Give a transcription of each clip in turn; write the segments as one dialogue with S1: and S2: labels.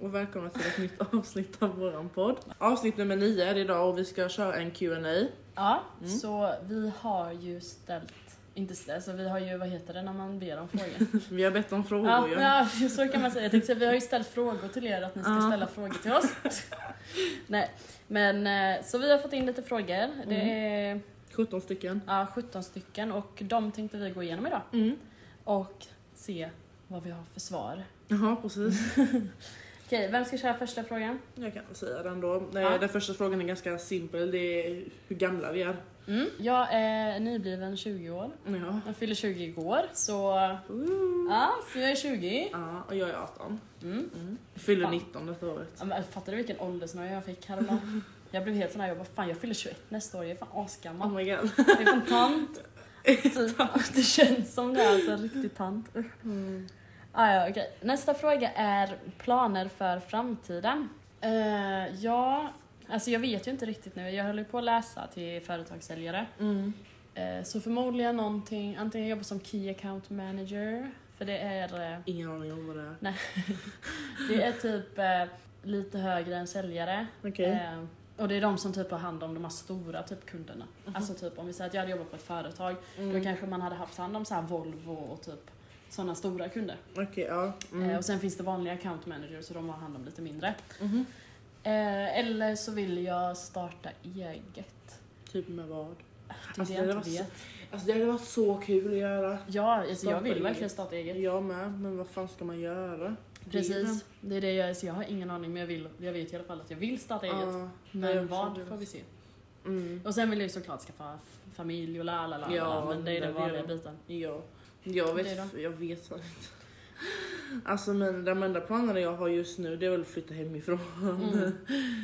S1: välkomna till ett nytt avsnitt av våran podd. Avsnitt nummer 9 är det idag och vi ska köra en Q&A.
S2: Ja,
S1: Mm.
S2: så vi har ju ställt, inte ställt, alltså vi har ju, vad heter det när man ber om frågor?
S1: Vi har bett om frågor
S2: ja,
S1: ju.
S2: ja, så kan man säga. Jag tänkte säga, vi har ju ställt frågor till er att ni ska
S1: Ja.
S2: ställa frågor till oss. Nej, men eh, så vi har fått in lite frågor. Det
S1: Mm.
S2: är
S1: 17 stycken.
S2: ja, 17 stycken och de tänkte vi gå igenom idag
S1: Mm.
S2: och se vad vi har för svar.
S1: Jaha, precis.
S2: Okej, vem ska köra första frågan?
S1: Jag kan säga den då. Eh,
S2: Ja.
S1: Den första frågan är ganska simpel. Det är hur gamla vi är.
S2: Jag är nybliven 20 år.
S1: Ja.
S2: Jag fyller 20 igår, så...
S1: Ooh.
S2: Ja, så jag är 20.
S1: Ja, och jag är 18.
S2: Mm.
S1: Jag fyller
S2: Fan.
S1: 19 detta året.
S2: Ja, men fattar du vilken åldersnöja jag fick häromdagen? Jag blev helt sån här, jag bara fan jag fyller 21 nästa år, jag är fan
S1: Oh
S2: asgammal.
S1: my god.
S2: Jag är fan tant. Typ. Det känns som det, alltså riktigt tant. Ah, ja, okej. Nästa fråga är planer för framtiden. Eh, ja, alltså jag vet ju inte riktigt nu, jag håller ju på att läsa till företagssäljare.
S1: Mm.
S2: Eh, så förmodligen någonting, antingen jobba som Key Account Manager, för det är eh,
S1: Ingen aning om vad det är.
S2: det är typ eh, lite högre än säljare.
S1: Okej.
S2: Eh, och det är de som typ har hand om de här stora typ kunderna.
S1: Mhm.
S2: Alltså typ om vi säger att jag hade jobbat på ett företag,
S1: Mm.
S2: då kanske man hade haft hand om så här Volvo och typ sådana stora kunder.
S1: Okej, ja. Mm.
S2: Eh, och sen Mm. finns det vanliga account managers så de har hand om lite mindre.
S1: Mhm.
S2: Eh, eller så vill jag starta eget.
S1: Typ med
S2: Det
S1: vad?
S2: är
S1: Alltså,
S2: det jag
S1: det var
S2: inte
S1: så-
S2: vet.
S1: Alltså det hade varit så kul att göra.
S2: Ja, alltså,
S1: Starta
S2: jag vill
S1: eget.
S2: verkligen starta eget.
S1: Jag med, men vad fan ska man göra?
S2: Precis,
S1: Mm.
S2: det är det jag Så jag har ingen aning men jag, vill, jag vet i alla fall att jag vill starta
S1: Det är-
S2: eget.
S1: Ja, nej, jag
S2: Men vad
S1: förstår
S2: får
S1: det.
S2: vi se.
S1: Mm.
S2: Och sen vill jag ju såklart skaffa f- familj och la la la, la,
S1: Ja,
S2: men det är
S1: det
S2: den
S1: vill
S2: vanliga
S1: jag.
S2: biten.
S1: Ja. Jag
S2: Det
S1: vet, jag vet fan inte. Alltså men de enda planerna jag har just nu det är väl att flytta hemifrån.
S2: Mm.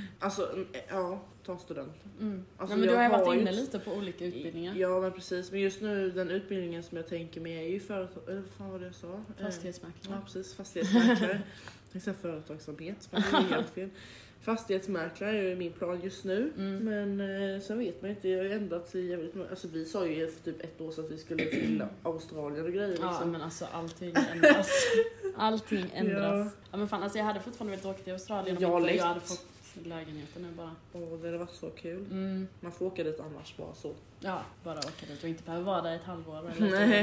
S1: Alltså ja, ta student.
S2: Mm.
S1: Alltså,
S2: Nej, men du har
S1: jag
S2: ju
S1: har
S2: varit
S1: ju
S2: inne
S1: ett-
S2: lite på olika utbildningar.
S1: Ja men precis, men just nu den utbildningen som jag tänker mig är ju företag... Eller vad fan var det jag sa? Eh, Ja
S2: Mm. Fastighetsmäklare.
S1: precis, fastighetsmäklare. Jag tänkte säga företagsamhet, men det är helt fel. Fastighetsmäklare är ju min plan just nu.
S2: Mm.
S1: Men eh, sen vet man ju inte, jag har ju ändrat sig jävligt mycket. Alltså vi sa ju för typ ett år sedan att vi skulle till Australien och grejer
S2: Ja
S1: liksom.
S2: men alltså allting ändras. Allting ändras. Ja. men fan alltså jag hade fortfarande velat åka till Australien om
S1: Ja,
S2: inte
S1: lätt.
S2: jag hade fått lägenheten nu bara.
S1: Och det hade varit så kul.
S2: Mm.
S1: Man får åka dit annars bara så.
S2: Ja, bara åka dit och inte behöva vara där i ett halvår eller ett år,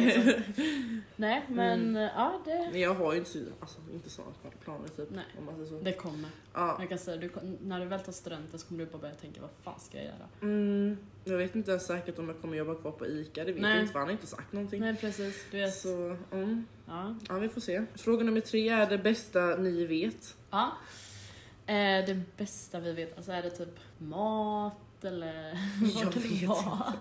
S2: liksom.
S1: Nej. Mm.
S2: Nej men ja det,
S1: Men jag har ju inte, så- alltså, inte sådana planer typ.
S2: Nej.
S1: Om man säger så.
S2: det kommer.
S1: Ja.
S2: Jag kan säga, du, kom- när du väl tar studenten så kommer du bara börja tänka vad fan ska jag göra?
S1: Mm, jag vet inte ens säkert om jag kommer jobba kvar på ICA, det vet
S2: Nej.
S1: jag inte för han har inte sagt någonting.
S2: Nej precis, du vet.
S1: Så mm,
S2: Ja.
S1: ja, vi får se. Fråga nummer tre är det bästa ni vet.
S2: Ja. Eh, det bästa vi vet, alltså är det typ mat eller
S1: Jag
S2: vad kan
S1: vet
S2: det vara?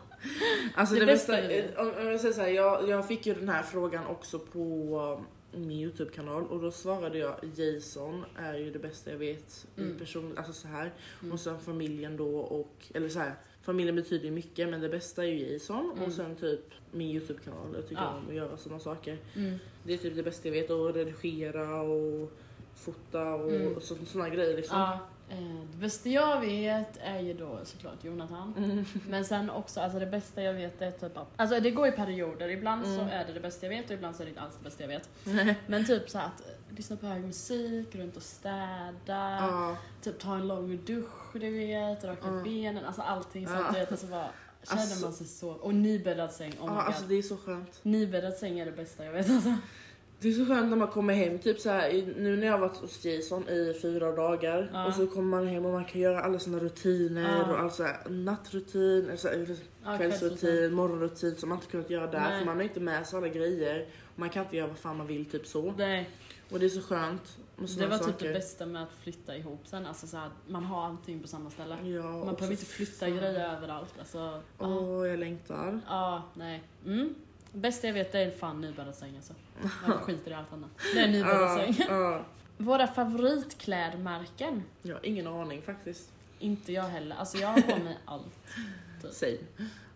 S1: Alltså
S2: Det
S1: det,
S2: bästa
S1: bästa,
S2: vi vet.
S1: eh, om- om jag, säger så här, jag, jag fick ju den här frågan också på eh, min Youtube-kanal och då svarade jag Jason är ju det bästa jag vet
S2: Mm.
S1: i person, alltså så här.
S2: Mm.
S1: Och sen familjen då och, eller så här, familjen betyder ju mycket men det bästa är ju Jason
S2: Mm.
S1: och sen typ min Youtube-kanal. Jag tycker
S2: Ja.
S1: om att göra sådana saker.
S2: Mm.
S1: Det är typ det bästa jag vet och redigera och fota och,
S2: Mm.
S1: och sådana grejer liksom.
S2: Ja. Eh, det bästa jag vet är ju då såklart Jonathan.
S1: Mm.
S2: Men sen också, alltså det bästa jag vet är typ att, alltså det går i perioder. Ibland så
S1: Mm.
S2: är det det bästa jag vet och ibland så är det inte alls det bästa jag vet. Men typ så här att eh, lyssna på hög musik, runt och städa,
S1: Ja.
S2: typ ta en lång dusch du vet, raka
S1: Ja.
S2: benen, alltså allting sånt
S1: Ja.
S2: du vet. Alltså bara känner
S1: Alltså-
S2: man sig så, och nybäddad säng, oh my
S1: ja,
S2: god.
S1: alltså det är så skönt.
S2: Nybäddad säng är det bästa jag vet alltså.
S1: Det är så skönt när man kommer hem, typ så här, i- nu när jag har varit hos Jason i fyra dagar
S2: Ja.
S1: och så kommer man hem och man kan göra alla sina rutiner
S2: Ja.
S1: och all så här, nattrutin, alltså, eller
S2: Ja,
S1: kvällsrutin, morgonrutin som man inte kunnat göra där
S2: Nej.
S1: för man har inte med sig alla grejer. Och man kan inte göra vad fan man vill typ så.
S2: Nej,
S1: Och det är så skönt
S2: det
S1: med såna
S2: var typ
S1: saker.
S2: det bästa med att flytta ihop sen. Alltså så här, man har allting på samma ställe.
S1: Ja,
S2: Man
S1: och
S2: behöver
S1: så-
S2: inte flytta grejer överallt. Alltså, ja,
S1: Åh, jag längtar.
S2: ja, nej. Mm. Bästa jag vet det är fan nybäddad säng alltså. Man skiter i allt annat. Det är nybäddad
S1: Ja,
S2: säng.
S1: ja.
S2: Våra favoritklädmärken?
S1: Jag har ingen aning faktiskt.
S2: Inte jag heller. Alltså jag har på mig allt.
S1: Säg.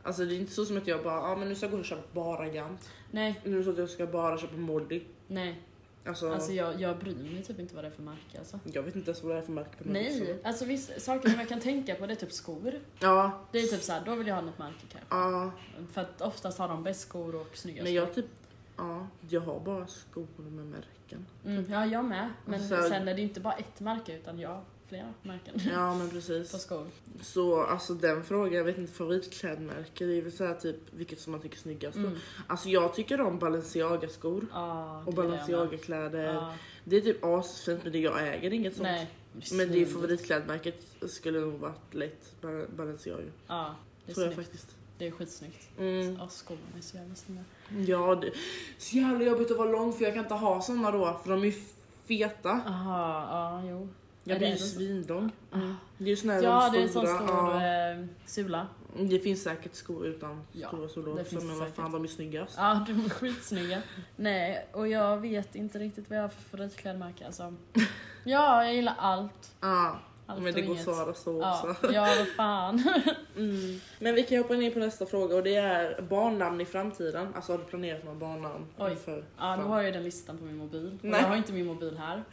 S1: Alltså det är inte så som att jag bara, ah, men nu ska jag gå och köpa bara Gant.
S2: Nej,
S1: Nu är det så att jag ska bara köpa Molly.
S2: nej.
S1: Alltså,
S2: Alltså jag, jag bryr mig typ inte vad det är för märke alltså.
S1: Jag vet inte ens vad det är för märke på den här
S2: Nej,
S1: byxorna.
S2: alltså vissa saker som jag kan tänka på det är typ skor.
S1: Ja,
S2: Det är typ såhär, då vill jag ha något märke kanske.
S1: ja.
S2: För att oftast har de bäst skor och snygga
S1: Men
S2: skor.
S1: jag typ Ja, jag har bara skor med märken.
S2: Mm, ja, jag med. Men
S1: Och så-
S2: sen är det ju inte bara ett märke utan jag har flera märken
S1: Ja men
S2: på
S1: precis.
S2: skor.
S1: Så alltså den frågan, jag vet inte favoritklädmärke, det är väl såhär typ vilket som man tycker är snyggast.
S2: Mm.
S1: Alltså jag tycker om Balenciaga skor
S2: Ja, det
S1: och
S2: gillar jag
S1: Balenciaga
S2: med.
S1: kläder.
S2: Ja.
S1: Det är typ asfint men det jag äger inget sånt.
S2: Nej.
S1: Men det är
S2: svindyrt.
S1: favoritklädmärket skulle nog varit lätt Bal- Balenciaga.
S2: Ja, det är,
S1: Tror jag
S2: snyggt.
S1: faktiskt.
S2: det är skitsnyggt.
S1: Mm.
S2: Ja, skorna är så jävla snygga.
S1: Ja, det så jävla jobbigt att vara lång för jag kan inte ha såna då för de är ju feta.
S2: Aha, ja, jo.
S1: Jag
S2: Ja, det
S1: blir ju
S2: är det så.
S1: svindång.
S2: Ah.
S1: Det är ju såna här
S2: Ja,
S1: de
S2: det är en sån
S1: stora,
S2: stor
S1: ja.
S2: eh, sula.
S1: Det finns säkert skor utan
S2: Ja,
S1: stora solor
S2: det
S1: också
S2: finns
S1: men
S2: det
S1: vad fan de är snyggast.
S2: Ja, de är skitsnygga. Nej, och jag vet inte riktigt vad jag har för favoritklädmärke alltså. Ja, jag gillar allt.
S1: Ja,
S2: allt
S1: men det
S2: och
S1: går att
S2: inget.
S1: svara så
S2: Ja,
S1: också.
S2: ja, vad fan.
S1: Mm. Men vi kan hoppa ner på nästa fråga och det är barnnamn i framtiden. Alltså har du planerat några barnnamn?
S2: Oj.
S1: För
S2: Ja, nu
S1: fram-
S2: har jag ju den listan på min mobil. Och
S1: Nej.
S2: Jag har inte min mobil här.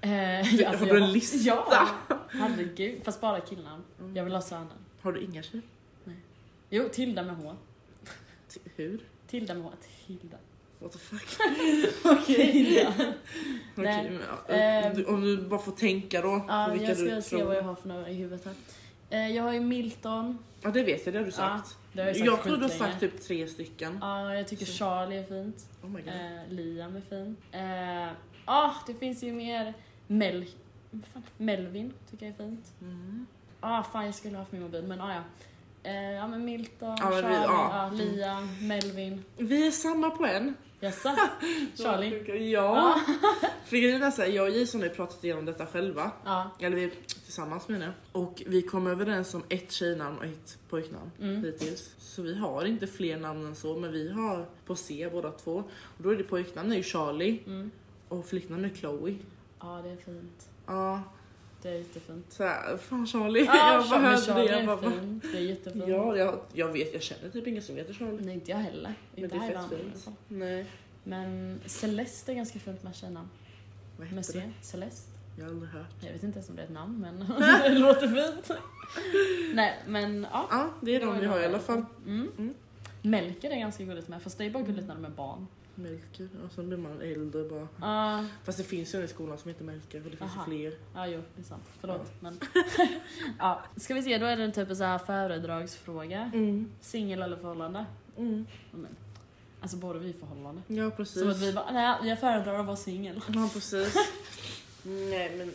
S2: Eh,
S1: har du en
S2: jag-
S1: lista? Mm.
S2: Ja, herregud. Fast bara killarna. Jag vill ha söner.
S1: Har du inga tjejer?
S2: Jo, Tilda med H.
S1: T- Hur?
S2: Tilda med H. Tilda.
S1: What the fuck?
S2: Tilda. Nej.
S1: Okej, men, ja,
S2: Ehm.
S1: du- om du bara får tänka då.
S2: Ja,
S1: på
S2: men
S1: vilka
S2: jag
S1: du
S2: ska se
S1: tror.
S2: vad jag har för några i huvudet här. Eh, Jag har ju Milton.
S1: Ja det vet jag, det har du
S2: Ja,
S1: sagt.
S2: det har jag sagt
S1: jag tror du har
S2: skitlänge.
S1: sagt typ tre stycken.
S2: Ja, jag tycker
S1: Så.
S2: Charlie är fint.
S1: Oh my god.
S2: Eh, Liam är fin. Eh, ah, det finns ju mer. Mel... vad fan? Melvin tycker jag är fint.
S1: Mm.
S2: Ah, fan jag skulle ha haft min mobil, men ah, ja. Eh, ja men Milton,
S1: Ja, men vi-
S2: Charlie,
S1: ja.
S2: ah, Liam, Melvin.
S1: Vi är samma på en.
S2: Jaså? Charlie?
S1: Ja. För grejen är så här, jag och Jason har ju pratat igenom detta själva.
S2: Ja.
S1: Eller vi tillsammans menar jag. Och vi kom överens om ett tjejnamn och ett pojknamn
S2: Mm.
S1: hittills. Så vi har inte fler namn än så men vi har på C båda två. Och då är det pojknamn är ju Charlie
S2: Mm.
S1: och flicknamn är Chloe.
S2: Ja, det är fint.
S1: Ja,
S2: Det är jättefint.
S1: så här, fan Charlie.
S2: Ja,
S1: jag bara
S2: Charlie,
S1: hörde
S2: Charlie
S1: det. Jag
S2: är
S1: bara, va?
S2: fint. Det är jättefint.
S1: ja, jag, jag vet, jag känner typ ingen som heter Charlie.
S2: Nej, inte jag heller.
S1: Men
S2: Inte
S1: det är
S2: här i
S1: fett
S2: världen i
S1: fint.
S2: alla fall.
S1: Nej.
S2: Men Celeste är ganska fint med tjejnamn.
S1: Vad
S2: Med
S1: heter det?
S2: C. Celeste.
S1: Jag har aldrig hört.
S2: Jag vet inte ens om det är ett namn, men det låter fint. Nej, men ja.
S1: Ja, det är de vi har i alla fall.
S2: Mm.
S1: Mm.
S2: Melker är ganska gulligt med, fast det är bara gulligt när de är barn. Ah.
S1: Melker, och sen blir man äldre bara.
S2: Ja,
S1: Fast det finns ju en i skolan som heter Melker och det finns
S2: Aha.
S1: ju fler.
S2: ja, jo, det är sant. Förlåt. Men, ja. Ska vi se, då är det typ en så här föredragsfråga.
S1: Mm.
S2: Singel eller förhållande?
S1: Mm.
S2: Ja, Men, alltså båda vi är förhållande.
S1: Ja precis.
S2: Som att vi bara, nej jag föredrar att vara singel.
S1: Ja precis. Nej men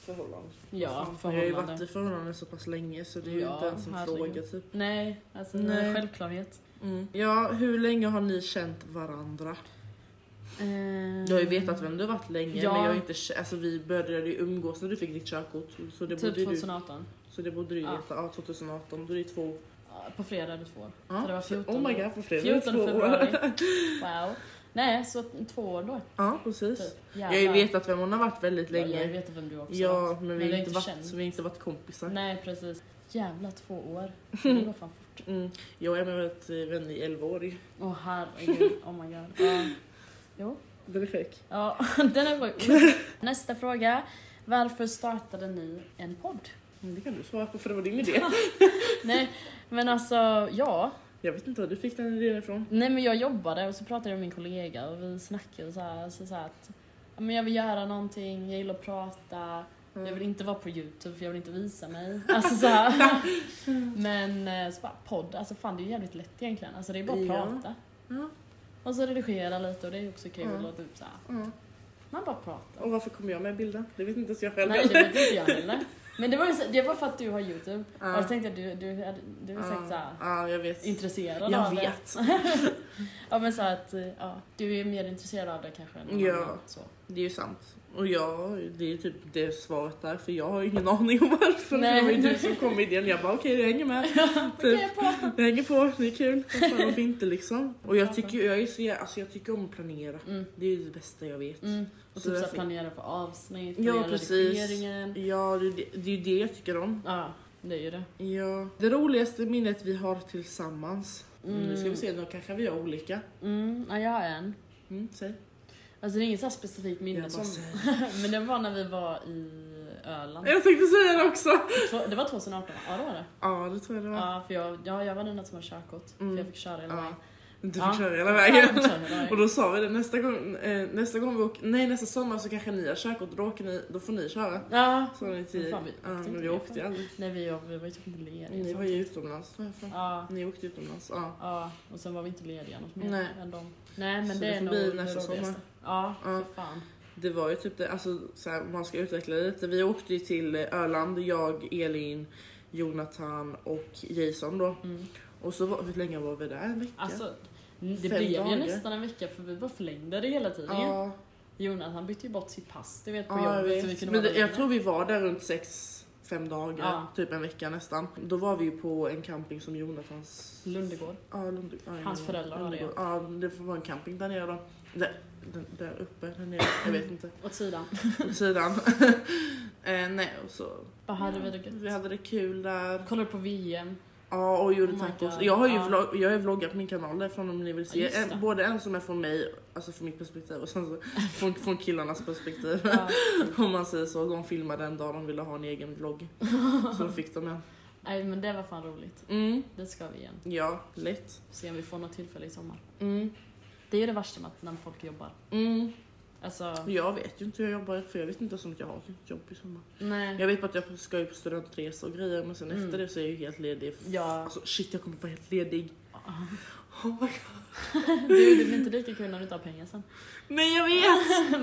S1: förhållande.
S2: Ja,
S1: Fan, Jag har ju varit
S2: förhållande.
S1: i förhållande så pass länge så det är ju
S2: Ja,
S1: inte ens en
S2: herregud. Mm.
S1: fråga typ.
S2: Nej, alltså det är
S1: Nej.
S2: en självklarhet.
S1: Ja, hur länge har ni känt varandra?
S2: Eh,
S1: Jag har ju vetat vem du har varit länge
S2: Ja.
S1: men jag har inte kä- alltså vi började ju umgås när du fick ditt körkort så det borde
S2: Typ
S1: ju du,
S2: 2018.
S1: så det borde du ju
S2: Ja.
S1: veta. Ja 2018, då är det två
S2: Ja, På fredag är det två år.
S1: Ja,
S2: Så det var 14.
S1: Oh my god, på fredag är det
S2: 14
S1: två
S2: februari.
S1: år.
S2: Wow. Nej, så två år då.
S1: Ja precis.
S2: Typ.
S1: Jag har ju vetat vem hon har varit väldigt
S2: Jävlar. Ja,
S1: länge.
S2: Jag vet vem du också har
S1: Ja,
S2: varit.
S1: men vi har
S2: det är
S1: inte varit,
S2: känt.
S1: så vi har inte varit kompisar.
S2: Nej, precis. Jävla två år. Det går fan fort.
S1: Mm. Jag är med varit eh, vän i 11 år. ju.
S2: Åh herregud, oh my god. Ja, jo.
S1: Den är sjuk.
S2: ja den är sjuk. Nästa fråga. Varför startade ni en podd?
S1: Mm, Det kan du svara på för det var din idé.
S2: Nej, men alltså ja.
S1: Jag vet inte var du fick den idén ifrån.
S2: Nej men jag jobbade och så pratade jag med min kollega och vi snackade så här, så så här att ja, men jag vill göra någonting, jag gillar att prata, jag
S1: Mm.
S2: vill inte vara på youtube för jag vill inte visa mig. Alltså så här. Men eh, så bara podd, alltså fan det är ju jävligt lätt egentligen. Alltså det är bara att
S1: Ja.
S2: prata.
S1: Ja.
S2: Och så redigera lite och det är ju också kul
S1: Mm.
S2: och typ så här.
S1: Ja.
S2: Man bara pratar.
S1: Och varför kom jag med i bilden? Det vet inte ens jag själv.
S2: Nej det vet inte jag heller. Men det var, ju så, det var för att du har youtube.
S1: Ja.
S2: Och jag tänkte att du, du, hade- du är säkert så här
S1: Ja, ja, jag vet.
S2: intresserad
S1: Jag
S2: av det.
S1: vet.
S2: Ja men så att eh, ja, du är mer intresserad av det kanske än någon
S1: Ja.
S2: annan, så.
S1: Det är ju sant. Och jag, det är ju typ det svaret där för jag har ju ingen aning om varför.
S2: Nej.
S1: Det var ju du som kom med idén. Jag bara okej, jag hänger med. Typ.
S2: Okej, jag pratar.
S1: Jag hänger på, det är kul. Vad fan, Varför inte liksom? Och jag tycker, jag är så, jä- alltså, jag tycker om att planera.
S2: Mm,
S1: Det är ju det bästa jag vet.
S2: mm. Och
S1: Så
S2: typ så
S1: därför-
S2: här, planera för avsnitt,
S1: Ja,
S2: planera
S1: precis.
S2: redigeringen.
S1: Ja, det, det, det är ju det jag tycker om.
S2: Ja, det är ju det.
S1: Ja. Det roligaste minnet vi har tillsammans.
S2: Mm.
S1: Nu ska vi se, då kanske vi har olika.
S2: Mm, ja, jag har en.
S1: Mm, säg.
S2: Alltså det är inget så här specifikt
S1: Jag,
S2: minne
S1: bara,
S2: som...
S1: säg.
S2: Men det var när vi var i Öland.
S1: jag tänkte säga det också.
S2: Två- Det var 2018 va? Ja det var det.
S1: Ja, det tror jag det var.
S2: Ja, för jag, ja, jag var den enda som hade körkort.
S1: Mm.
S2: För jag fick köra hela
S1: Ja.
S2: vägen.
S1: Du
S2: Ja.
S1: fick köra hela
S2: Ja, jag
S1: vägen.
S2: kör hela vägen.
S1: Och då sa vi det nästa gång, eh, nästa gång vi åker, nej nästa sommar så kanske ni har körkort och då, åker ni, då får ni köra.
S2: Ja.
S1: Så ni
S2: Men
S1: till,
S2: fan, vi
S1: ja,
S2: åkte
S1: men
S2: inte
S1: vi
S2: med
S1: åkte ju aldrig.
S2: Nej vi, vi var ju typ inte lediga.
S1: Ni
S2: så.
S1: var ju utomlands. var jag ifrån.
S2: Ja.
S1: Ni åkte utomlands, ja.
S2: Ja, och sen var vi inte lediga något mer
S1: Nej.
S2: än dem. Nej men det
S1: Så det
S2: är
S1: får
S2: nog
S1: bli
S2: det
S1: nästa
S2: roligaste.
S1: sommar.
S2: Ja,
S1: Ja.
S2: för fan.
S1: Det var ju typ det, alltså så här, om man ska utveckla det lite. Vi åkte ju till eh, Öland, jag, Elin, Jonathan och Jason då.
S2: Mm.
S1: Och så var, hur länge var vi där? En vecka?
S2: Alltså, det
S1: Fem
S2: blev ju
S1: dagar.
S2: nästan en vecka för vi bara förlängde det hela tiden ju.
S1: ja,
S2: Jonas han bytte ju bort sitt pass du vet på
S1: ja, jag
S2: jobbet så vi
S1: vet.
S2: kunde
S1: Men
S2: vara
S1: det,
S2: där
S1: jag
S2: inne.
S1: tror vi var där runt sex, fem dagar,
S2: Ja.
S1: typ en vecka nästan. Då var vi ju på en camping som Jonathans
S2: Lundegård.
S1: Ja, Lund, ja,
S2: Hans
S1: ja,
S2: föräldrar har det.
S1: Lundegård. Ja, det får vara en camping där nere då. Där, där, där uppe, där nere, jag vet inte.
S2: Åt sidan.
S1: Åt sidan. eh, nej, och så.
S2: Bara hade vi det gött.
S1: Vi hade det kul där.
S2: Kollade på VM.
S1: Ja, och gjorde
S2: Oh my
S1: tacos.
S2: God.
S1: Jag har ju
S2: Ja.
S1: vlogg, jag har vloggat på min kanal därifrån om ni vill
S2: Ja,
S1: se.
S2: just det.
S1: en, både en som är från mig, alltså från mitt perspektiv och sen så från, från killarnas perspektiv.
S2: Ja.
S1: Om man säger så. De filmade en dag de ville ha en egen vlogg. Så då fick de en.
S2: Nej men det var fan roligt.
S1: Mm,
S2: Det ska vi igen.
S1: ja, lätt.
S2: Se om vi får något tillfälle i sommar.
S1: Mm,
S2: Det är ju det värsta med att när folk jobbar.
S1: mm.
S2: Alltså,
S1: Jag vet ju inte hur jag jobbar för jag vet inte som att jag har ett jobb i sommar.
S2: nej.
S1: Jag vet bara att jag ska ju på studentresa och grejer men sen
S2: Mm.
S1: efter det så är jag ju helt ledig.
S2: Ja.
S1: Alltså shit jag kommer vara helt ledig. Oh my god.
S2: Du, det blir inte lika kul när du inte har pengar sen.
S1: Nej jag vet!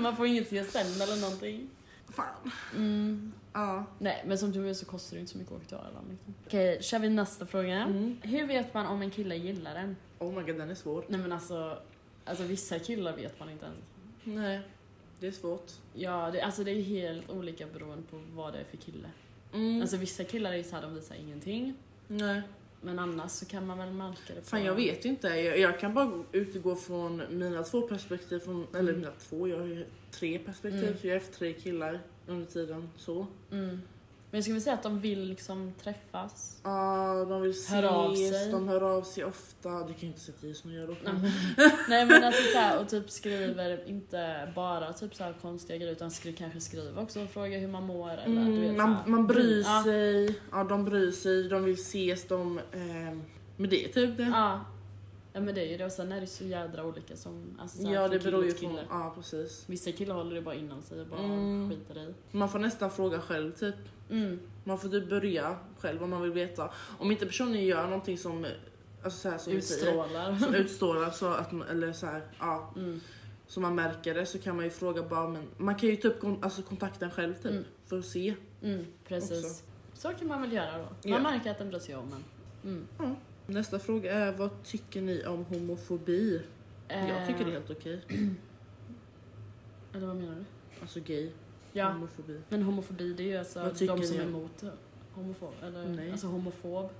S2: Man får inget CSN eller någonting.
S1: Fan.
S2: Mm.
S1: Ja.
S2: Nej, men som tur är så kostar det inte så mycket att åka till Arlanda. Liksom. Okej, kör vi nästa fråga.
S1: Mm.
S2: Hur vet man om en kille gillar en?
S1: Oh my god den är svår.
S2: Nej men alltså, alltså vissa killar vet man inte ens.
S1: Nej. Det är svårt.
S2: Ja, det, alltså det är helt olika beroende på vad det är för kille.
S1: Mm.
S2: Alltså vissa killar är ju såhär, de visar ingenting.
S1: Nej.
S2: Men annars så kan man väl märka det på...
S1: Fan jag vet inte. Jag, jag kan bara utgå från mina två perspektiv. Från, Eller
S2: Mm.
S1: mina två, jag har ju tre perspektiv.
S2: Mm.
S1: För jag har haft tre killar under tiden. Så.
S2: Mm. Men jag skulle vilja säga att de vill liksom träffas.
S1: Ja, de vill ses,
S2: Hör av sig.
S1: de hör av sig Mm. ofta. Det kan ju inte säga att Jason gör dock.
S2: Nej, men- Nej men alltså såhär, och typ skriver inte bara typ såhär konstiga grejer utan skri, kanske skriver också och frågar hur man mår eller du vet
S1: Mm,
S2: såhär.
S1: man, man bryr
S2: Ja.
S1: sig, ja, de bryr sig, de vill ses, de... ehm, men det är typ det.
S2: Ja. ja men det är ju det och sen är det så jädra olika som, alltså såhär,
S1: ja,
S2: från
S1: det beror ju
S2: kille
S1: på.
S2: till kille.
S1: Ja, precis.
S2: Vissa killar håller det bara inom sig och bara
S1: Mm.
S2: skiter i.
S1: Man får nästan fråga själv typ.
S2: Mm.
S1: Man får typ börja själv om man vill veta. Om inte personen gör någonting som, alltså så här som vi
S2: Utstrålar.
S1: säger, som utstrålar så att man, eller så här, ja,
S2: Mm.
S1: så man märker det så kan man ju fråga bara men man kan ju typ kon- alltså, kontakta en själv typ
S2: Mm.
S1: för att se.
S2: Mm, precis.
S1: Också.
S2: Så kan man väl göra då. Man
S1: Ja.
S2: märker att den bryr sig om en. Mm.
S1: Nästa fråga är vad tycker ni om homofobi? Jag tycker det är helt okej.
S2: Eh, Eller vad menar du?
S1: Alltså gay,
S2: Ja,
S1: homofobi.
S2: men homofobi det är ju alltså
S1: Vad tycker
S2: de som
S1: ni
S2: är
S1: om-
S2: emot homofob. Eller,
S1: Nej.
S2: Alltså homofob.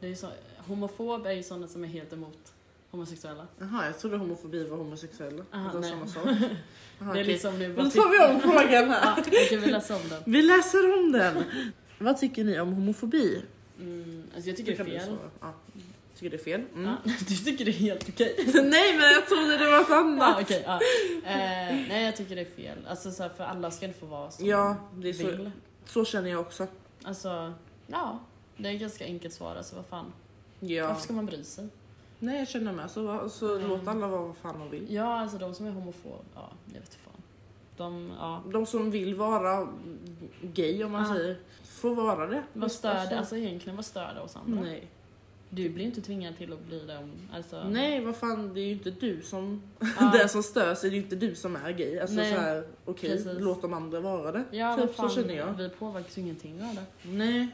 S2: Det är ju så, homofob är ju sådana som är helt emot homosexuella.
S1: Jaha, jag trodde homofobi var homosexuella.
S2: Aha,
S1: att det var
S2: nej.
S1: samma sak. Aha,
S2: det
S1: okej.
S2: är liksom nu
S1: Då tar vi om frågan
S2: ja,
S1: här.
S2: jag kan väl läsa om den.
S1: Vi läser om den. Vad tycker ni om homofobi?
S2: Mm, alltså jag tycker
S1: Det
S2: det är
S1: kan du
S2: fel.
S1: svara. Ja. Tycker det är fel? Mm.
S2: Ja, du tycker det är helt okej.
S1: nej men jag trodde det var ett annat.
S2: Ja, okej, ja. Eh, nej jag tycker det är fel. Alltså så här, för alla ska inte få vara som
S1: Ja, det
S2: de
S1: är så,
S2: vill.
S1: så känner jag också.
S2: Alltså, ja. Det är ett ganska enkelt svar alltså, vad fan.
S1: Ja.
S2: Varför ska man bry sig?
S1: Nej jag känner med, så, va- så
S2: Mm.
S1: låt alla vara vad fan de vill.
S2: Ja, alltså de som är homofob, ja, jag vet fan. De, ja.
S1: De som vill vara gay om man
S2: Ja.
S1: säger, får vara det.
S2: Vad stör det,
S1: Alltså,
S2: alltså egentligen vad stör det oss andra?
S1: Nej.
S2: Du blir inte tvingad till att bli det om, alltså.
S1: Nej vad fan det är ju inte du som
S2: Ja.
S1: Den som stör sig, det är ju inte du som är gay. Alltså
S2: Nej,
S1: såhär, okej,
S2: precis.
S1: låt de andra vara det.
S2: Ja,
S1: typ,
S2: vad fan,
S1: så känner jag.
S2: vi påverkas ju ingenting av det.
S1: Nej,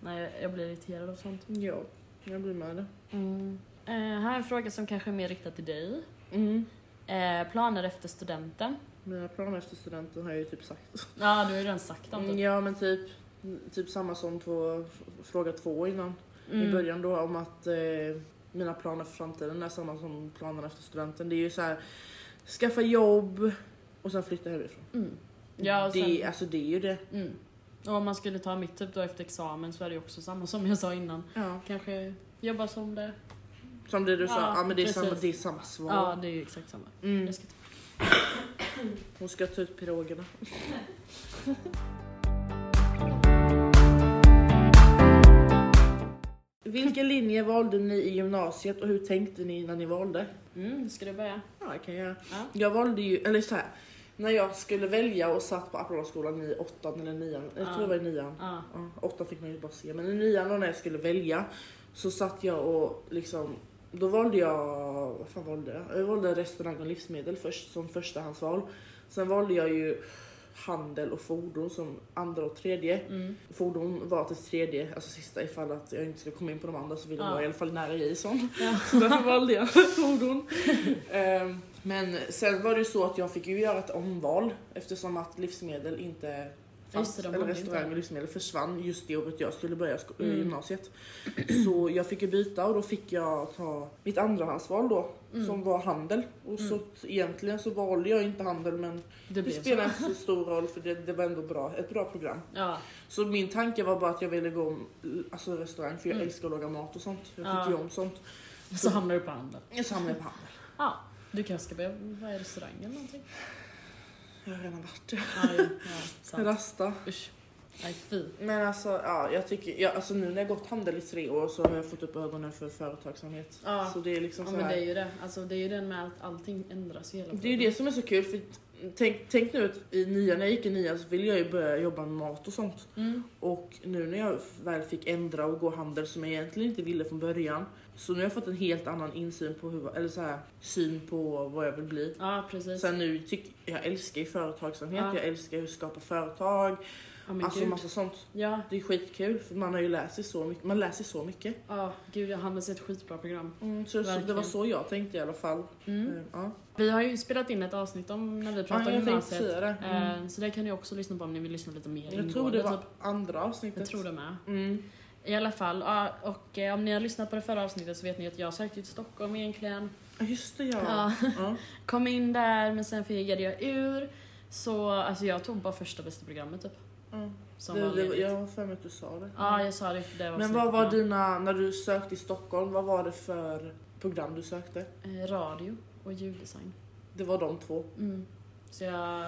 S2: Nej, jag- jag blir irriterad av sånt.
S1: ja, jag blir med det.
S2: Eh, här är en fråga som kanske är mer riktad till dig.
S1: Mm.
S2: Eh, planer efter studenten?
S1: Mina planer efter studenten har jag ju typ sagt.
S2: Ja, du har ju redan sagt dem.
S1: Mm,
S2: typ.
S1: ja men typ, typ samma som på f- fråga två innan. I
S2: Mm.
S1: början då om att eh, mina planer för framtiden är samma som planerna efter studenten. Det är ju så här, skaffa jobb och sen flytta hemifrån.
S2: Mm. Ja, och sen,
S1: det, alltså, det är ju det.
S2: mm. Och om man skulle ta mitt typ då efter examen så är det ju också samma som jag sa innan.
S1: Ja.
S2: Kanske jobba som det.
S1: Som det du sa,
S2: Ja,
S1: ja, men det är,
S2: precis.
S1: samma, det är samma svar.
S2: Ja, det är ju exakt samma.
S1: Mm.
S2: Jag ska ta-
S1: Hon ska ta ut pirogerna. Vilken linje valde ni i gymnasiet och hur tänkte ni när ni valde?
S2: Mm, ska du börja?
S1: Ja, det kan jag göra.
S2: Ja.
S1: Jag valde ju, eller så här, när jag skulle välja och satt på Apolloskolan i åttan eller nian, jag tror det
S2: Ja.
S1: var i nian.
S2: Ja.
S1: Ja, åttan fick man ju bara se, men i nian då när jag skulle välja så satt jag och liksom, då valde jag, vad fan valde jag? Jag valde restaurang och livsmedel först som förstahandsval. Sen valde jag ju handel och fordon som andra och tredje.
S2: Mm.
S1: Fordon var till tredje, alltså sista ifall att jag inte skulle komma in på de andra så ville jag
S2: Ja.
S1: vara i alla fall nära Jason.
S2: Ja.
S1: Så därför valde jag fordon. Ehm, men sen var det ju så att jag fick ju göra ett omval eftersom att livsmedel inte
S2: Just det,
S1: fanns,
S2: de
S1: eller
S2: hade
S1: restaurang
S2: inte.
S1: och livsmedel försvann just det året jag skulle börja sko-
S2: Mm.
S1: gymnasiet. Så jag fick ju byta och då fick jag ta mitt andrahandsval då
S2: Mm.
S1: som var handel. Och så egentligen så valde jag inte handel men
S2: Det
S1: det
S2: blev
S1: spelar
S2: så.
S1: inte så stor roll för det, det var ändå bra, ett bra program.
S2: Ja.
S1: Så min tanke var bara att jag ville gå alltså, restaurang för jag
S2: Mm.
S1: älskar att laga mat och sånt. Jag
S2: Ja.
S1: tycker ju om sånt.
S2: Så hamnade du på handel.
S1: Jag samlar på handel.
S2: Ja. Du kanske ska börja vara i restaurang eller någonting?
S1: Jag har redan varit det.
S2: Ja, ja, ja sant.
S1: Rasta.
S2: Usch. Nej, fy.
S1: Men alltså, ja, jag tycker, ja, alltså nu när jag gått handel i tre år så har jag fått upp ögonen för företagsamhet.
S2: Ja.
S1: Så det är liksom
S2: Ja,
S1: så
S2: men
S1: här.
S2: det är
S1: Det
S2: ju det. Alltså, det är ju den med att allting ändras ju hela
S1: är ju det som är så kul för tänk, tänk nu att i nian, när jag gick i nian så ville jag ju börja jobba med mat och sånt.
S2: Mm.
S1: Och nu när jag väl fick ändra och gå handel som jag egentligen inte ville från början. Så nu har jag fått en helt annan insyn på hur, eller så här, syn på vad jag vill bli.
S2: Ja, precis.
S1: Sen nu tycker jag älskar ju företagsamhet,
S2: Ja.
S1: jag älskar att skapa företag,
S2: Ja, men
S1: alltså
S2: gud.
S1: massa sånt.
S2: Ja,
S1: Det är skitkul för man har ju läst sig så mycket, man läser sig så mycket.
S2: ja, gud jag hann med ett skitbra program.
S1: så, så det
S2: Mm, Verkligen.
S1: var så jag tänkte i alla fall.
S2: Mm.
S1: Eh, Ja.
S2: Vi har ju spelat in ett avsnitt om när vi
S1: Ja,
S2: pratade om
S1: jag tänkte
S2: gymnasiet.
S1: säga det.
S2: Eh,
S1: Mm.
S2: Så det kan ni också lyssna på om ni vill lyssna lite mer
S1: Jag tror det var
S2: typ.
S1: andra avsnittet.
S2: Jag tror det med.
S1: Mm.
S2: I alla fall, ja, och eh, om ni har lyssnat på det förra avsnittet så vet ni att jag sökte ju till Stockholm egentligen.
S1: Ja, Just det ja.
S2: Ja.
S1: Ja.
S2: Kom in där men sen fegade jag ur. Så alltså jag tog bara första bästa programmet typ.
S1: Ja.
S2: Som
S1: Det,
S2: var
S1: det,
S2: ledigt.
S1: jag har för mig att du sa det.
S2: Ja, jag sa det för det var
S1: Men
S2: så
S1: vad var
S2: jättebra.
S1: dina, när du sökte i Stockholm, vad var det för program du sökte?
S2: Eh, Radio och ljuddesign.
S1: Det var de två.
S2: Mm. Så jag,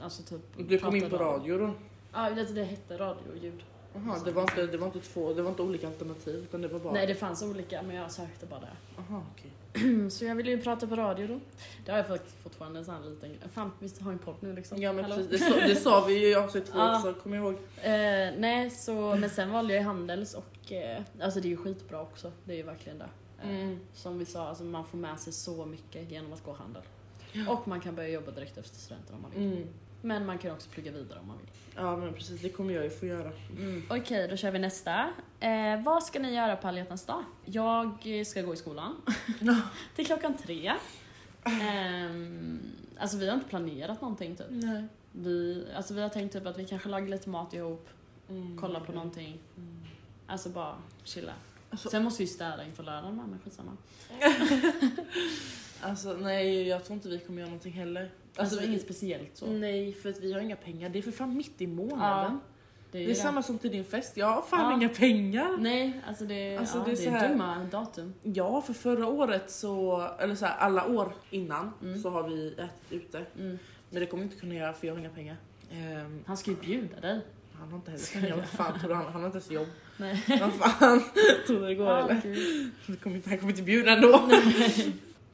S2: alltså typ...
S1: Du kom in på
S2: pratade om-
S1: radio då?
S2: Ja, det, det hette radio och ljud.
S1: Aha, det, var inte, det, var inte två, det var inte olika alternativ utan det var bara...
S2: Nej, det fanns olika, men jag sökte bara det.
S1: Aha, okej.
S2: Så jag ville ju prata på radio då. Det har jag faktiskt fortfarande en sån här liten grej. Fan, vi har en podd nu liksom.
S1: Ja men
S2: Hallå?
S1: precis, det, sa, det sa vi ju också i två
S2: Ja.
S1: också, kommer jag ihåg.
S2: Eh, nej, så, men sen valde jag ju Handels och eh, alltså det är ju skitbra också. Det är ju verkligen det. Eh,
S1: Mm.
S2: Som vi sa, alltså man får med sig så mycket genom att gå handel. Och man kan börja jobba direkt efter studenten om man vill.
S1: Mm.
S2: Men man kan också plugga vidare om man vill.
S1: Ja men precis, det kommer jag ju få göra.
S2: Okej, då kör vi nästa. Eh, vad ska ni göra på alla hjärtans dag? Jag eh, ska gå i skolan. till klockan tre. Ehm, alltså vi har inte planerat någonting typ.
S1: Nej.
S2: Vi, alltså, vi har tänkt typ att vi kanske lagar lite mat ihop, kollar på någonting.
S1: Mm.
S2: Alltså bara chilla.
S1: Alltså-
S2: Sen måste vi städa inför lördagen med, men skitsamma.
S1: Alltså nej, jag tror inte vi kommer göra någonting heller.
S2: Alltså,
S1: vi,
S2: inget speciellt så.
S1: Nej, för att vi har inga pengar. Det är för fan mitt i månaden.
S2: Ja,
S1: det
S2: ju
S1: är samma som till din fest. Jag har fan
S2: Ja.
S1: inga pengar.
S2: Nej, alltså det,
S1: Alltså,
S2: ja,
S1: det
S2: det
S1: är
S2: är,
S1: så här-
S2: dumma datum.
S1: Ja, för förra året så, eller så här, alla år innan
S2: Mm.
S1: så har vi ätit ute.
S2: Mm.
S1: Men det kommer jag inte kunna göra för jag har inga pengar. Ehm,
S2: Han ska ju bjuda dig.
S1: han har inte heller pengar. Vad fan tror du? Han, han har inte ens jobb.
S2: Nej.
S1: Vad fan tror du det går
S2: Ah,
S1: eller?
S2: gud.
S1: Han kommer inte, han kommer inte bjuda ändå.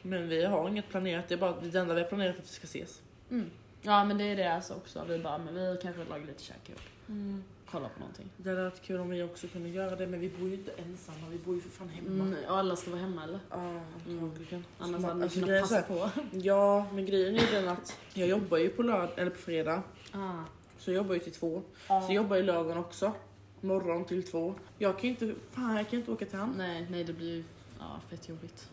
S1: Men vi har inget planerat. Det är bara det enda vi har planerat är att vi ska ses.
S2: Mm. Ja men det är det alltså också. Vi bara, men vi kanske lagar lite käk ihop. Kolla på någonting.
S1: Det hade varit kul om vi också kunde göra det men vi bor ju inte ensamma, vi bor ju för fan hemma.
S2: Mm, och alla ska vara hemma eller?
S1: Ja, antagligen.
S2: Annars
S1: Så man-
S2: hade ni
S1: alltså, det är
S2: kunnat
S1: så här-
S2: passa på.
S1: Ja, men grejen är ju den att jag jobbar ju på lördag eller på fredag,
S2: Ah.
S1: så jag jobbar ju till två.
S2: Ah.
S1: Så jag jobbar ju lördagen också. Morgon till två. Jag kan ju inte, fan jag kan inte åka till han.
S2: Nej, nej det blir ju ja, fett jobbigt.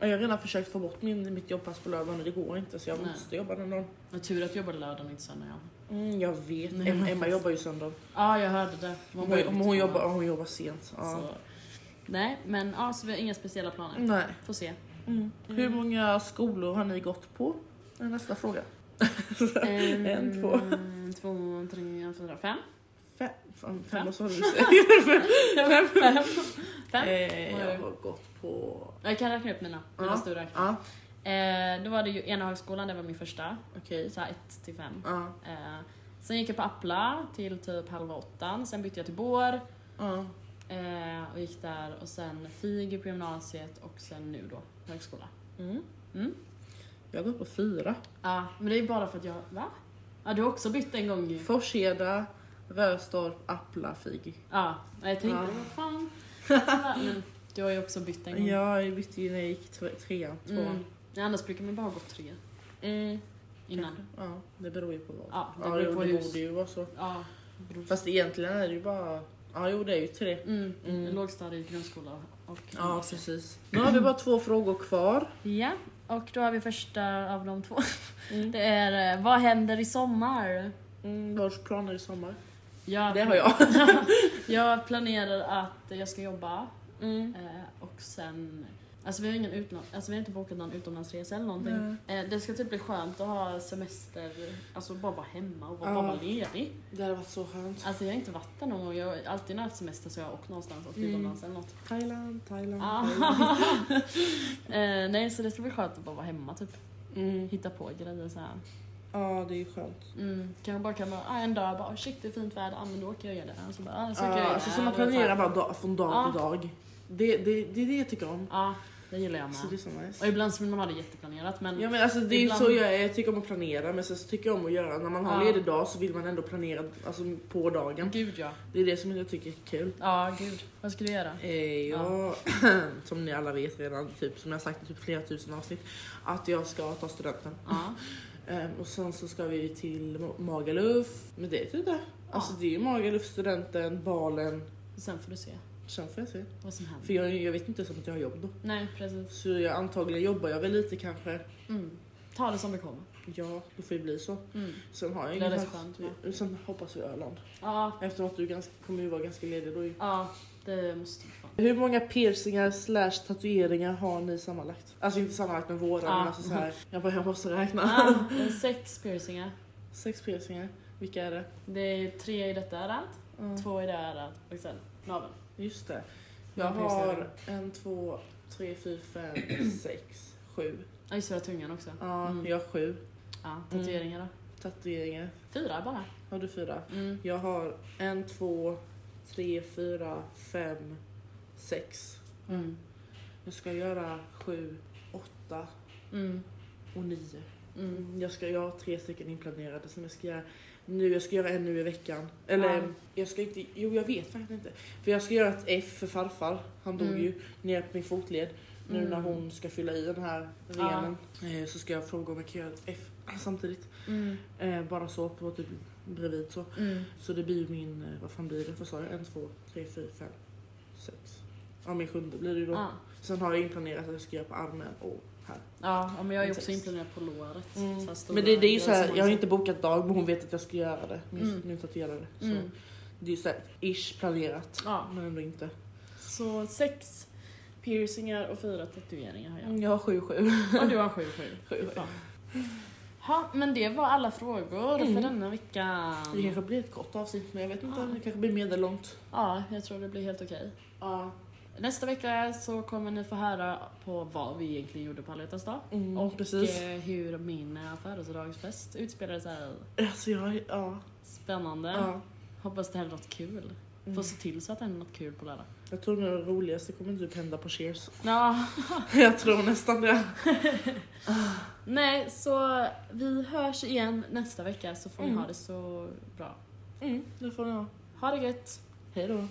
S1: Jag har redan försökt få bort min, mitt jobbpass på lördagen men det går inte så jag
S2: Nej.
S1: måste jobba den dagen.
S2: Men tur att jag jobbade lördag och inte söndag. Ja,
S1: Mm, jag vet,
S2: Nej,
S1: Em-
S2: men
S1: Emma
S2: fast-
S1: jobbar ju söndag.
S2: ah, jag hörde det. Det var
S1: Hon, hon,
S2: jobbigt
S1: hon,
S2: för
S1: jobbar,
S2: mig.
S1: hon jobbar sent. Ja.
S2: Så. Nej, men ja, så vi har inga speciella planer.
S1: Nej.
S2: Får se. Mm.
S1: Hur många skolor har ni gått på? Det är nästa fråga. en, två,
S2: Ehm, två, tre, fyra, fem.
S1: fem. Fem, fem
S2: Fem.
S1: och så har du sagt.
S2: Fem. Fem.
S1: Eh,
S2: Vad har
S1: Jag
S2: du?
S1: har gått på...
S2: Jag kan räkna upp mina. Mina
S1: Ja.
S2: stora.
S1: Ja,
S2: Eh, då var det ju Enahögskolan, det var min första.
S1: okej.
S2: Så här 1 till 5.
S1: Ja,
S2: Eh, sen gick jag på Appla till typ halva åttan, sen bytte jag till Bår.
S1: ja.
S2: Eh, och gick där och sen FIG på gymnasiet och sen nu då högskola.
S1: Mm.
S2: Mm.
S1: Jag går på fyra.
S2: Ja, men det är ju bara för att jag... Va? Ja, du har också bytt en gång ju.
S1: Forsheda, Vöstorp, Appla, Figi.
S2: Ja, men jag tänkte
S1: Ja.
S2: vad fan. Så bara, Men du har ju också bytt en gång.
S1: Jag bytte ju när jag gick tv- trean, tvåan.
S2: Mm. Ja, annars brukar man bara ha gått tre
S1: Mm.
S2: innan.
S1: Ja, det beror ju på vad.
S2: Ja, det
S1: det,
S2: beror
S1: jo,
S2: på
S1: det
S2: hus.
S1: borde ju vara så.
S2: Ja.
S1: Fast egentligen är det ju bara... Ja, jo det är ju tre.
S2: Mm.
S1: Mm.
S2: Lågstadiet, grundskola och...
S1: Ja, precis. Nu har vi bara två frågor kvar.
S2: Ja, och då har vi första av de två. Det är eh, vad händer i sommar?
S1: Mm, Vars planer i sommar?
S2: Jag,
S1: Det har jag.
S2: jag planerar att jag ska jobba eh, och sen... Alltså vi har, ingen utla- alltså vi har inte bokat någon utomlandsresa eller
S1: Mm.
S2: någonting. Eh, det ska typ bli skönt att ha semester, alltså bara vara hemma och vara, bara
S1: Ja.
S2: vara ledig.
S1: Det hade varit så skönt.
S2: Alltså jag har inte varit där någon gång, jag har alltid när jag har haft semester så har jag åkt någonstans, åkt
S1: Mm.
S2: utomlands eller något.
S1: Thailand, Thailand,
S2: Ah.
S1: Thailand.
S2: eh, nej så det ska bli skönt att bara vara hemma typ.
S1: Mm.
S2: Hitta på grejer så här.
S1: Ja, det är ju skönt.
S2: Mm, kanske bara kan vara ah, en dag bara shit det är fint väder, ah, men då åker jag göra det. Och Så bara, ah, så åker jag
S1: Ja,
S2: göra
S1: alltså,
S2: det.
S1: så man
S2: Och det är
S1: planerar
S2: så här-
S1: bara dag, från dag
S2: Ja.
S1: till dag. Det, det, det är det jag tycker om.
S2: Ja, det gillar jag
S1: Så det
S2: med.
S1: är så
S2: Och
S1: nice.
S2: ibland så vill man ha det jätteplanerat men
S1: Ja, men alltså, det är ju
S2: Ibland- Ah.
S1: så jag, är. jag tycker om att planera men sen så tycker jag om att göra, när man har
S2: Ja.
S1: ledig dag så vill man ändå planera alltså, på dagen.
S2: gud ja.
S1: Det är det som jag tycker är kul.
S2: Ja gud, vad ska du göra?
S1: Eh, Jag,
S2: Ah.
S1: som ni alla vet redan, typ, som jag har sagt i typ flera tusen avsnitt, att jag ska ta studenten.
S2: Ja,
S1: Ehm, och sen så ska vi till Ma- Magaluf. Men det är typ det. Alltså det är ju Magaluf, studenten, balen.
S2: och sen får du se
S1: Sen får jag se.
S2: vad som händer.
S1: För jag, jag vet inte som att jag har jobb då.
S2: Nej precis.
S1: Så jag, antagligen jobbar jag väl lite kanske.
S2: Mm. Ta det som det kommer.
S1: Ja, det får ju bli så.
S2: Mm.
S1: Sen har jag
S2: Det är
S1: ingen
S2: rätt skönt,
S1: chans. Sen hoppas vi Öland.
S2: Ja,
S1: Eftersom att du ganska, kommer ju vara ganska ledig då ju.
S2: ja det måste vi fan.
S1: Hur många piercingar slash tatueringar har ni sammanlagt? Alltså inte sammanlagt med våra
S2: Ah.
S1: men alltså så här, jag bara jag måste räkna.
S2: Ah, det är sex piercingar.
S1: Sex piercingar, vilka är det?
S2: Det är tre i detta örat,
S1: Mm.
S2: två i det örat och sen naveln.
S1: Just det. Jag
S2: Hur många piercingar
S1: har en, två, tre, fyra, fem, sex, sju.
S2: Ja just det, jag har tungan också.
S1: Ja,
S2: Mm.
S1: jag har sju Mm.
S2: Ja, tatueringar då.
S1: tatueringar.
S2: Fyra bara.
S1: Har du fyra?
S2: Mm.
S1: Jag har en, två, tre, fyra, fem, sex.
S2: Mm.
S1: Jag ska göra sju, åtta
S2: Mm.
S1: och nio.
S2: Mm.
S1: Jag, ska, jag har tre stycken inplanerade som jag ska göra nu. Jag ska göra en nu i veckan. Eller
S2: Ja.
S1: jag ska inte, jo jag vet faktiskt inte. För jag ska göra ett F för farfar, han dog
S2: Mm.
S1: ju, nere på min fotled. Nu
S2: Mm.
S1: när hon ska fylla i den här
S2: Ja.
S1: renen eh, så ska jag fråga om jag kan göra ett F samtidigt.
S2: Mm.
S1: Eh, bara så, på typ bredvid så.
S2: Mm.
S1: Så det blir ju min, eh, vad fan blir det? Vad sa jag? En, två, tre, fyra, fem, sex. Ja min sjunde blir det ju då.
S2: Ja.
S1: Sen har jag inplanerat att jag ska göra på armen och här.
S2: Ja, ja, men jag är ju också
S1: Precis.
S2: inplanerad på låret. Så här stora
S1: Mm. Men det, det är ju så här,
S2: grejer
S1: jag har
S2: som-
S1: inte bokat dag men hon vet att jag ska göra det. Min,
S2: Mm.
S1: min tatuerare. Så
S2: Mm.
S1: det är ju såhär ish planerat.
S2: Ja,
S1: Men ändå inte.
S2: så sex piercingar och fyra tatueringar har jag.
S1: Jag har sju sju.
S2: Och du har sju, sju.
S1: Sju,
S2: Ja. Ha, men det var alla frågor
S1: Mm.
S2: för denna veckan.
S1: Det kanske blir ett kort avsnitt men jag vet inte.
S2: Ja.
S1: Det kanske blir medellångt.
S2: Ja, jag tror det blir helt okej.
S1: Ja.
S2: Nästa vecka så kommer ni få höra på vad vi egentligen gjorde på alla hjärtans dag.
S1: Mm,
S2: Och
S1: precis.
S2: eh, hur min eh, födelsedagsfest utspelade sig.
S1: Alltså jag, ja.
S2: Spännande.
S1: ja. Mm.
S2: Hoppas det händer något kul. Får se till så att det händer något kul på lördag.
S1: Jag tror nog det roligaste kommer typ hända på Cheers.
S2: Ja.
S1: jag tror nästan det.
S2: Nej, så vi hörs igen nästa vecka så får ni
S1: Mm.
S2: ha det så bra.
S1: Mm, det får ni ha.
S2: Ha det gött!
S1: Hej då.